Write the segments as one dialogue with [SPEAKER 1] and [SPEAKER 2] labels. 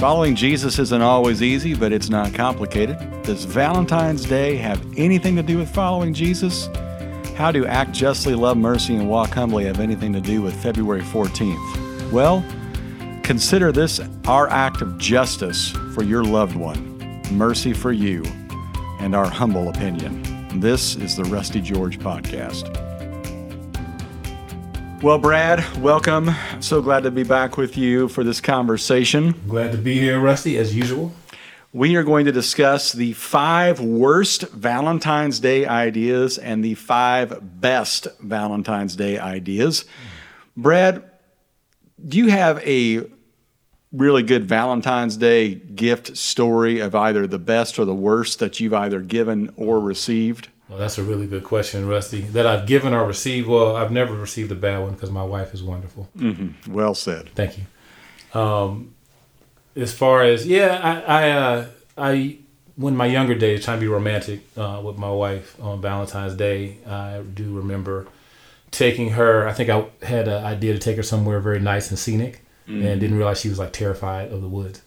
[SPEAKER 1] Following Jesus isn't always easy, but it's not complicated. Does Valentine's Day have anything to do with following Jesus? How do act justly, love mercy, and walk humbly have anything to do with February 14th? Well, consider this our act of justice for your loved one, mercy for you, and our humble opinion. This is the Rusty George Podcast. Well, Brad, welcome. So glad to be back with you for this conversation.
[SPEAKER 2] Glad to be here, Rusty, as usual.
[SPEAKER 1] We are going to discuss the five worst Valentine's Day ideas and the five best Valentine's Day ideas. Brad, do you have a really good Valentine's Day gift story of either the best or the worst that you've either given or received?
[SPEAKER 2] Well, that's a really good question, Rusty. That I've given or received. Well, I've never received a bad one because my wife is wonderful.
[SPEAKER 1] Mm-hmm. Well said.
[SPEAKER 2] Thank you. Um, as far as yeah, I I, uh, I when my younger days trying to be romantic uh, with my wife on Valentine's Day, I do remember taking her. I think I had an idea to take her somewhere very nice and scenic, mm-hmm. and didn't realize she was like terrified of the woods.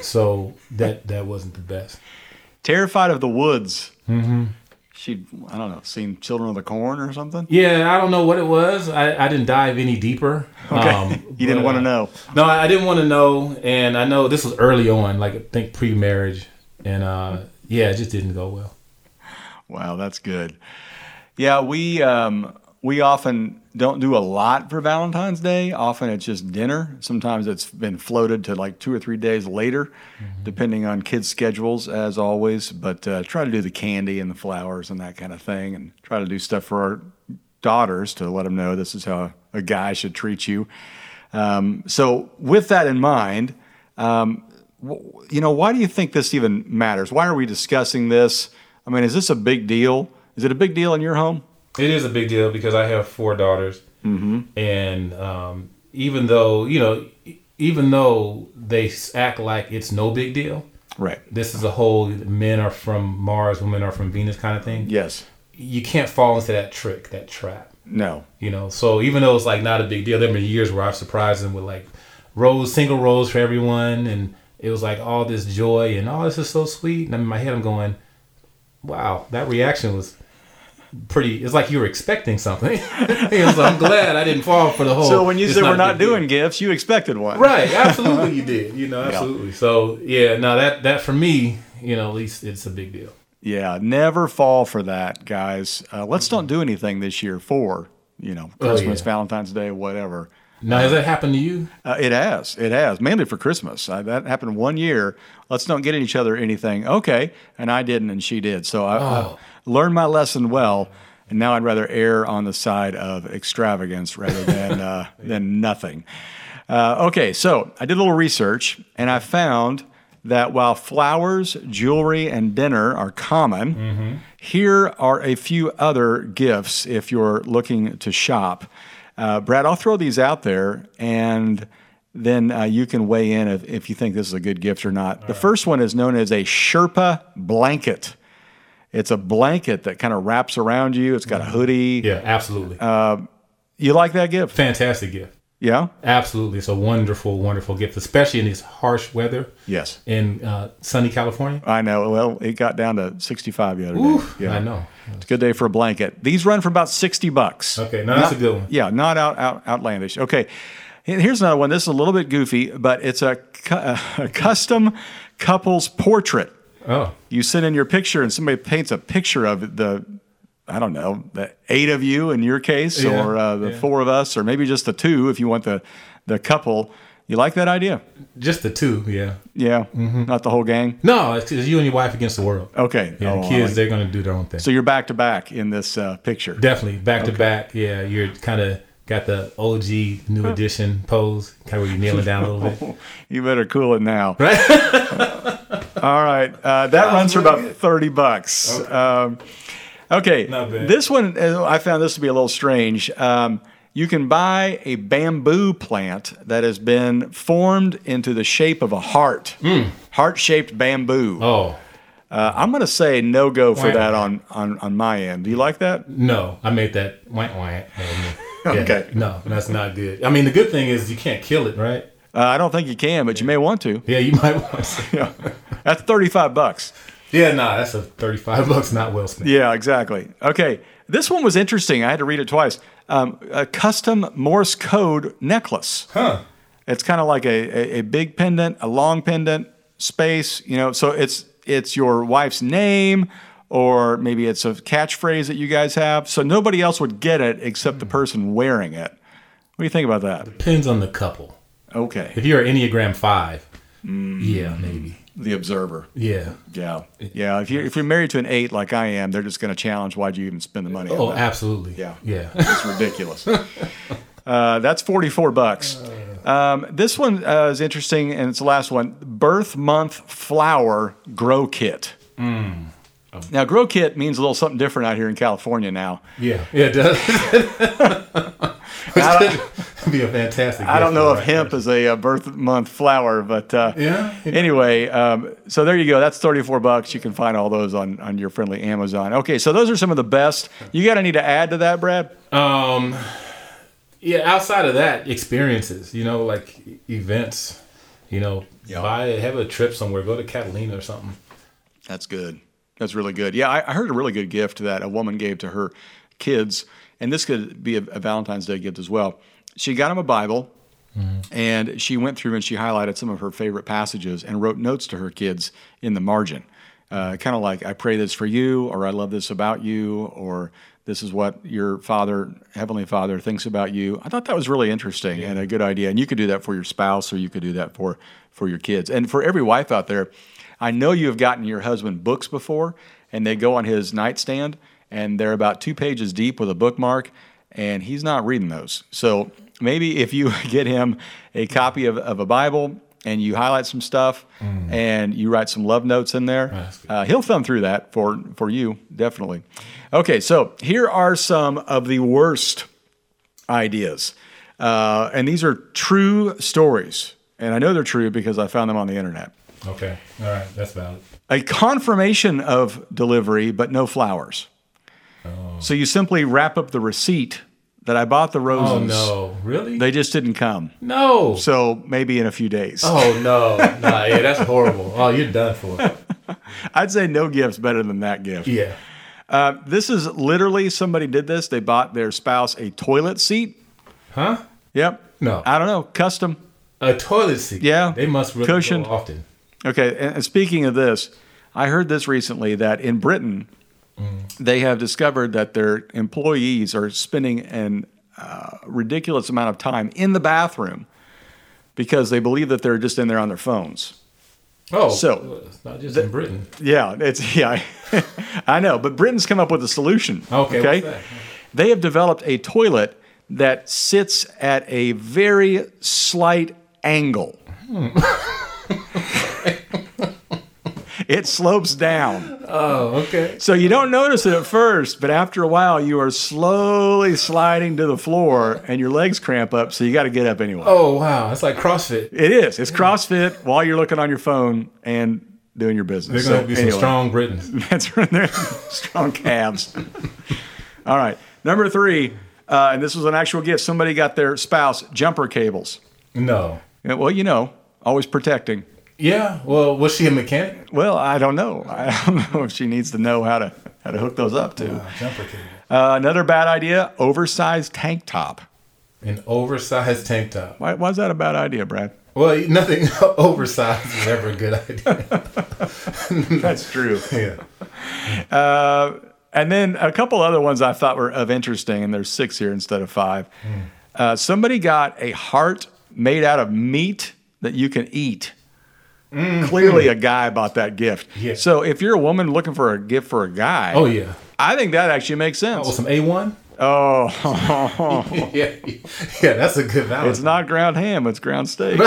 [SPEAKER 2] So that that wasn't the best.
[SPEAKER 1] Terrified of the woods.
[SPEAKER 2] Mm-hmm
[SPEAKER 1] she'd I don't know seen Children of the Corn or something.
[SPEAKER 2] Yeah, I don't know what it was. I, I didn't dive any deeper. uh,
[SPEAKER 1] Okay, um, you didn't want to know.
[SPEAKER 2] No, I didn't want to know, and I know this was early on, like I think pre-marriage, and uh, yeah, it just didn't go well.
[SPEAKER 1] Wow, that's good. Yeah, we um, we often don't do a lot for Valentine's Day. Often it's just dinner. Sometimes it's been floated to like two or three days later, mm-hmm. depending on kids' schedules, as always. But uh, try to do the candy and the flowers and that kind of thing, and try to do stuff for our daughters to let them know this is how a guy should treat you. Um, so, with that in mind, um, you know, why do you think this even matters? Why are we discussing this? I mean, is this a big deal? Is it a big deal in your home?
[SPEAKER 2] It is a big deal because I have four daughters,
[SPEAKER 1] mm-hmm.
[SPEAKER 2] and um, even though you know, e, even though they act like it's no big deal,
[SPEAKER 1] right?
[SPEAKER 2] This is a whole men are from Mars, women are from Venus kind of thing.
[SPEAKER 1] Yes,
[SPEAKER 2] you can't fall into that trick, that trap.
[SPEAKER 1] No,
[SPEAKER 2] you know. So even though it's like not a big deal, there have been years where I've surprised them with like rose, single rose for everyone, and it was like all this joy and all oh, this is so sweet. And in my head, I'm going, wow, that reaction was pretty it's like you were expecting something so i'm glad i didn't fall for the whole
[SPEAKER 1] so when you said not we're not doing deal. gifts you expected one
[SPEAKER 2] right absolutely you did you know absolutely yeah. so yeah no that that for me you know at least it's a big deal
[SPEAKER 1] yeah never fall for that guys uh, let's don't do anything this year for you know christmas oh, yeah. valentine's day whatever
[SPEAKER 2] now,
[SPEAKER 1] Uh-huh.
[SPEAKER 2] has that happened to you?
[SPEAKER 1] Uh, it has. It has, mainly for Christmas. I, that happened one year. Let's not get each other anything. Okay. And I didn't, and she did. So I, oh. I learned my lesson well. And now I'd rather err on the side of extravagance rather than, uh, than nothing. Uh, okay. So I did a little research, and I found that while flowers, jewelry, and dinner are common,
[SPEAKER 2] mm-hmm.
[SPEAKER 1] here are a few other gifts if you're looking to shop. Uh, Brad, I'll throw these out there and then uh, you can weigh in if, if, you think this is a good gift or not. All the right. first one is known as a Sherpa blanket. It's a blanket that kind of wraps around you. It's got a hoodie.
[SPEAKER 2] Yeah, absolutely.
[SPEAKER 1] Uh, you like that gift?
[SPEAKER 2] Fantastic gift.
[SPEAKER 1] Yeah,
[SPEAKER 2] absolutely. It's a wonderful, wonderful gift, especially in this harsh weather.
[SPEAKER 1] Yes,
[SPEAKER 2] in uh, sunny California.
[SPEAKER 1] I know. Well, it got down to sixty-five the other Ooh, day.
[SPEAKER 2] Yeah, I know.
[SPEAKER 1] It's a good day for a blanket. These run for about sixty bucks.
[SPEAKER 2] Okay, now that's
[SPEAKER 1] not,
[SPEAKER 2] a good one.
[SPEAKER 1] Yeah, not out, out outlandish. Okay, here's another one. This is a little bit goofy, but it's a, cu- a custom couple's portrait.
[SPEAKER 2] Oh,
[SPEAKER 1] you send in your picture, and somebody paints a picture of the. I don't know the eight of you in your case, yeah, or uh, the yeah. four of us, or maybe just the two if you want the the couple. You like that idea?
[SPEAKER 2] Just the two, yeah.
[SPEAKER 1] Yeah, mm-hmm. not the whole gang.
[SPEAKER 2] No, it's, it's, you and your wife against the world.
[SPEAKER 1] Okay.
[SPEAKER 2] Yeah, oh, the kids like they're going to do their own thing.
[SPEAKER 1] So you're back to back in this uh, picture.
[SPEAKER 2] Definitely back okay. to back. Yeah, you're kind of got the OG new edition pose, kind of where you're kneeling down a little bit.
[SPEAKER 1] you better cool it now.
[SPEAKER 2] Right.
[SPEAKER 1] All right, uh, that, that runs for about good. thirty bucks. Okay. Um, okay. This one uh, I found this to be a little strange. Um, you can buy a bamboo plant that has been formed into the shape of a heart,
[SPEAKER 2] mm.
[SPEAKER 1] heart-shaped bamboo.
[SPEAKER 2] Oh,
[SPEAKER 1] uh, I'm gonna say no go for why that why? on, on on my end. Do you like that?
[SPEAKER 2] No, I made that why why.
[SPEAKER 1] okay,
[SPEAKER 2] yeah, no, that's not good. I mean, the good thing is you can't kill it, right?
[SPEAKER 1] Uh, I don't think you can, but you may want to.
[SPEAKER 2] Yeah, you might want to.
[SPEAKER 1] Yeah. That's 35 bucks.
[SPEAKER 2] yeah, nah, that's a 35 bucks not well spent.
[SPEAKER 1] Yeah, exactly. Okay. This one was interesting. I had to read it twice. Um, a custom Morse code necklace.
[SPEAKER 2] Huh.
[SPEAKER 1] It's kind of like a, a, a big pendant, a long pendant, space, you know, so it's it's your wife's name or maybe it's a catchphrase that you guys have. So nobody else would get it except the person wearing it. What do you think about that?
[SPEAKER 2] Depends on the couple.
[SPEAKER 1] Okay.
[SPEAKER 2] If you're an Enneagram 5,
[SPEAKER 1] Mm.
[SPEAKER 2] yeah, maybe.
[SPEAKER 1] The observer.
[SPEAKER 2] Yeah.
[SPEAKER 1] Yeah. Yeah. If you're if you're married to an eight like I am, they're just gonna challenge why'd you even spend the money on
[SPEAKER 2] Oh,
[SPEAKER 1] that?
[SPEAKER 2] absolutely.
[SPEAKER 1] Yeah.
[SPEAKER 2] Yeah.
[SPEAKER 1] It's ridiculous. Uh, that's 44 bucks. Um, this one uh, is interesting, and it's the last one birth month flower grow kit. Now, grow kit means a little something different out here in California now.
[SPEAKER 2] Yeah. Yeah, it does. That'd be a fantastic
[SPEAKER 1] I don't know if
[SPEAKER 2] him.
[SPEAKER 1] hemp is a, uh birth month flower, but uh,
[SPEAKER 2] Yeah.
[SPEAKER 1] Anyway, um, so there you go. That's thirty-four bucks. You can find all those on on your friendly Amazon. Okay, so those are some of the best. You got any to add to that, Brad?
[SPEAKER 2] Um, yeah. Outside of that, experiences. You know, like e- events. You know, buy have a trip somewhere. Go to Catalina or something.
[SPEAKER 1] That's good. That's really good. Yeah, I, I heard a really good gift that a woman gave to her kids, and this could be a, a Valentine's Day gift as well. She got them a Bible, and she went through and she highlighted some of her favorite passages and wrote notes to her kids in the margin, uh, kind of like "I pray this for you," or "I love this about you," or "This is what your father, heavenly father, thinks about you." I thought that was really interesting and a good idea. And you could do that for your spouse, or you could do that for for your kids, and for every wife out there. I know you have gotten your husband books before, and they go on his nightstand, and they're about two pages deep with a bookmark, and he's not reading those. So maybe if you get him a copy of, of a Bible and you highlight some stuff and you write some love notes in there,
[SPEAKER 2] Mm. that's good.
[SPEAKER 1] uh, he'll thumb through that for, for you, definitely. Okay, so here are some of the worst ideas. Uh, and these are true stories. And I know they're true because I found them on the internet
[SPEAKER 2] Okay. All right. That's valid.
[SPEAKER 1] a confirmation of delivery, but no flowers.
[SPEAKER 2] Oh.
[SPEAKER 1] So you simply wrap up the receipt that I bought the roses.
[SPEAKER 2] Oh no! Really?
[SPEAKER 1] They just didn't come.
[SPEAKER 2] no.
[SPEAKER 1] So maybe in a few days.
[SPEAKER 2] Oh no! Nah, yeah, that's horrible. Oh, you're done for.
[SPEAKER 1] I'd say no gift's better than that gift.
[SPEAKER 2] Yeah.
[SPEAKER 1] Uh, this is literally somebody did this. They bought their spouse a toilet seat.
[SPEAKER 2] Huh?
[SPEAKER 1] Yep.
[SPEAKER 2] No.
[SPEAKER 1] I don't know. Custom.
[SPEAKER 2] A toilet seat.
[SPEAKER 1] Yeah.
[SPEAKER 2] They must really
[SPEAKER 1] Cushioned.
[SPEAKER 2] go often.
[SPEAKER 1] Okay, and, and speaking of this, I heard this recently that in Britain, they have discovered that their employees are spending an uh, ridiculous amount of time in the bathroom because they believe that they're just in there on their phones.
[SPEAKER 2] Oh.
[SPEAKER 1] So-
[SPEAKER 2] it's not just in Britain.
[SPEAKER 1] Yeah, it's yeah, I know. But Britain's come up with a solution.
[SPEAKER 2] Okay, what's that?
[SPEAKER 1] they have developed a toilet that sits at a very slight angle.
[SPEAKER 2] Hmm.
[SPEAKER 1] it slopes down,
[SPEAKER 2] Oh, okay.
[SPEAKER 1] so you don't notice it at first. But after a while, you are slowly sliding to the floor, and your legs cramp up. So you got to get up anyway.
[SPEAKER 2] Oh wow, that's like CrossFit.
[SPEAKER 1] It is. It's CrossFit while you're looking on your phone and doing your
[SPEAKER 2] They're
[SPEAKER 1] business.
[SPEAKER 2] gonna
[SPEAKER 1] So
[SPEAKER 2] be some
[SPEAKER 1] anyway.
[SPEAKER 2] strong Britons.
[SPEAKER 1] That's right there. Strong calves. All right. Number three, uh, and this was an actual gift. Somebody got their spouse jumper cables.
[SPEAKER 2] No.
[SPEAKER 1] Yeah, Well, you know, always protecting.
[SPEAKER 2] Yeah. Well, was she a mechanic?
[SPEAKER 1] Well, I don't know. I don't know if she needs to know how to how to hook those up too.
[SPEAKER 2] Jumper cable.
[SPEAKER 1] Uh, another bad idea: oversized tank top.
[SPEAKER 2] An oversized tank top.
[SPEAKER 1] Why, why is that a bad idea, Brad?
[SPEAKER 2] Well, nothing oversized is ever a good idea.
[SPEAKER 1] That's true.
[SPEAKER 2] Yeah.
[SPEAKER 1] Uh, and then a couple other ones I thought were of interesting, and there's six here instead of five.
[SPEAKER 2] Hmm.
[SPEAKER 1] Uh, somebody got a heart made out of meat that you can eat. Clearly, a guy bought that gift.
[SPEAKER 2] Mm-hmm. Yeah.
[SPEAKER 1] So if you're a woman looking for a gift for a guy,
[SPEAKER 2] Oh yeah.
[SPEAKER 1] I think that actually makes
[SPEAKER 2] Oh,
[SPEAKER 1] sense.
[SPEAKER 2] some A one.
[SPEAKER 1] Oh,
[SPEAKER 2] yeah. Yeah, that's a good
[SPEAKER 1] it's
[SPEAKER 2] balance.
[SPEAKER 1] not ground ham; it's ground steak.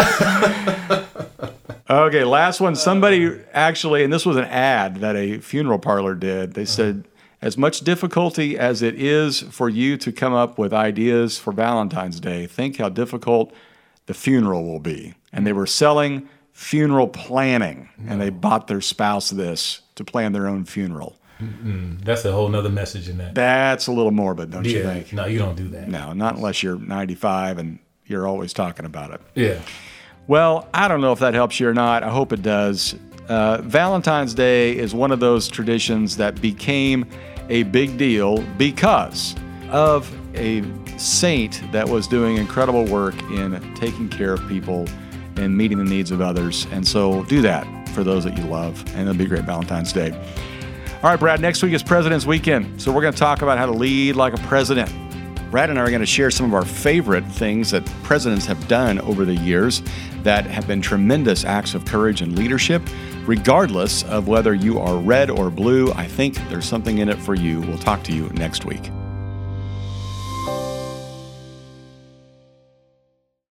[SPEAKER 1] okay, last one. Somebody actually, and this was an ad that a funeral parlor did. They said, "As much difficulty as it is for you to come up with ideas for Valentine's Day, think how difficult the funeral will be." And they were selling funeral planning, and they bought their spouse this to plan their own funeral.
[SPEAKER 2] That's a whole nother message in that.
[SPEAKER 1] That's a little morbid, don't you
[SPEAKER 2] yeah.
[SPEAKER 1] think?
[SPEAKER 2] No, you don't do that.
[SPEAKER 1] No, not unless you're 95 and you're always talking about it.
[SPEAKER 2] Yeah.
[SPEAKER 1] Well, I don't know if that helps you or not. I hope it does. Uh, Valentine's Day is one of those traditions that became a big deal because of a saint that was doing incredible work in taking care of people and meeting the needs of others. And so do that for those that you love, and it'll be a great Valentine's Day. All right, Brad, next week is President's Weekend. So we're going to talk about how to lead like a president. Brad and I are going to share some of our favorite things that presidents have done over the years that have been tremendous acts of courage and leadership. Regardless of whether you are red or blue, I think there's something in it for you. We'll talk to you next week.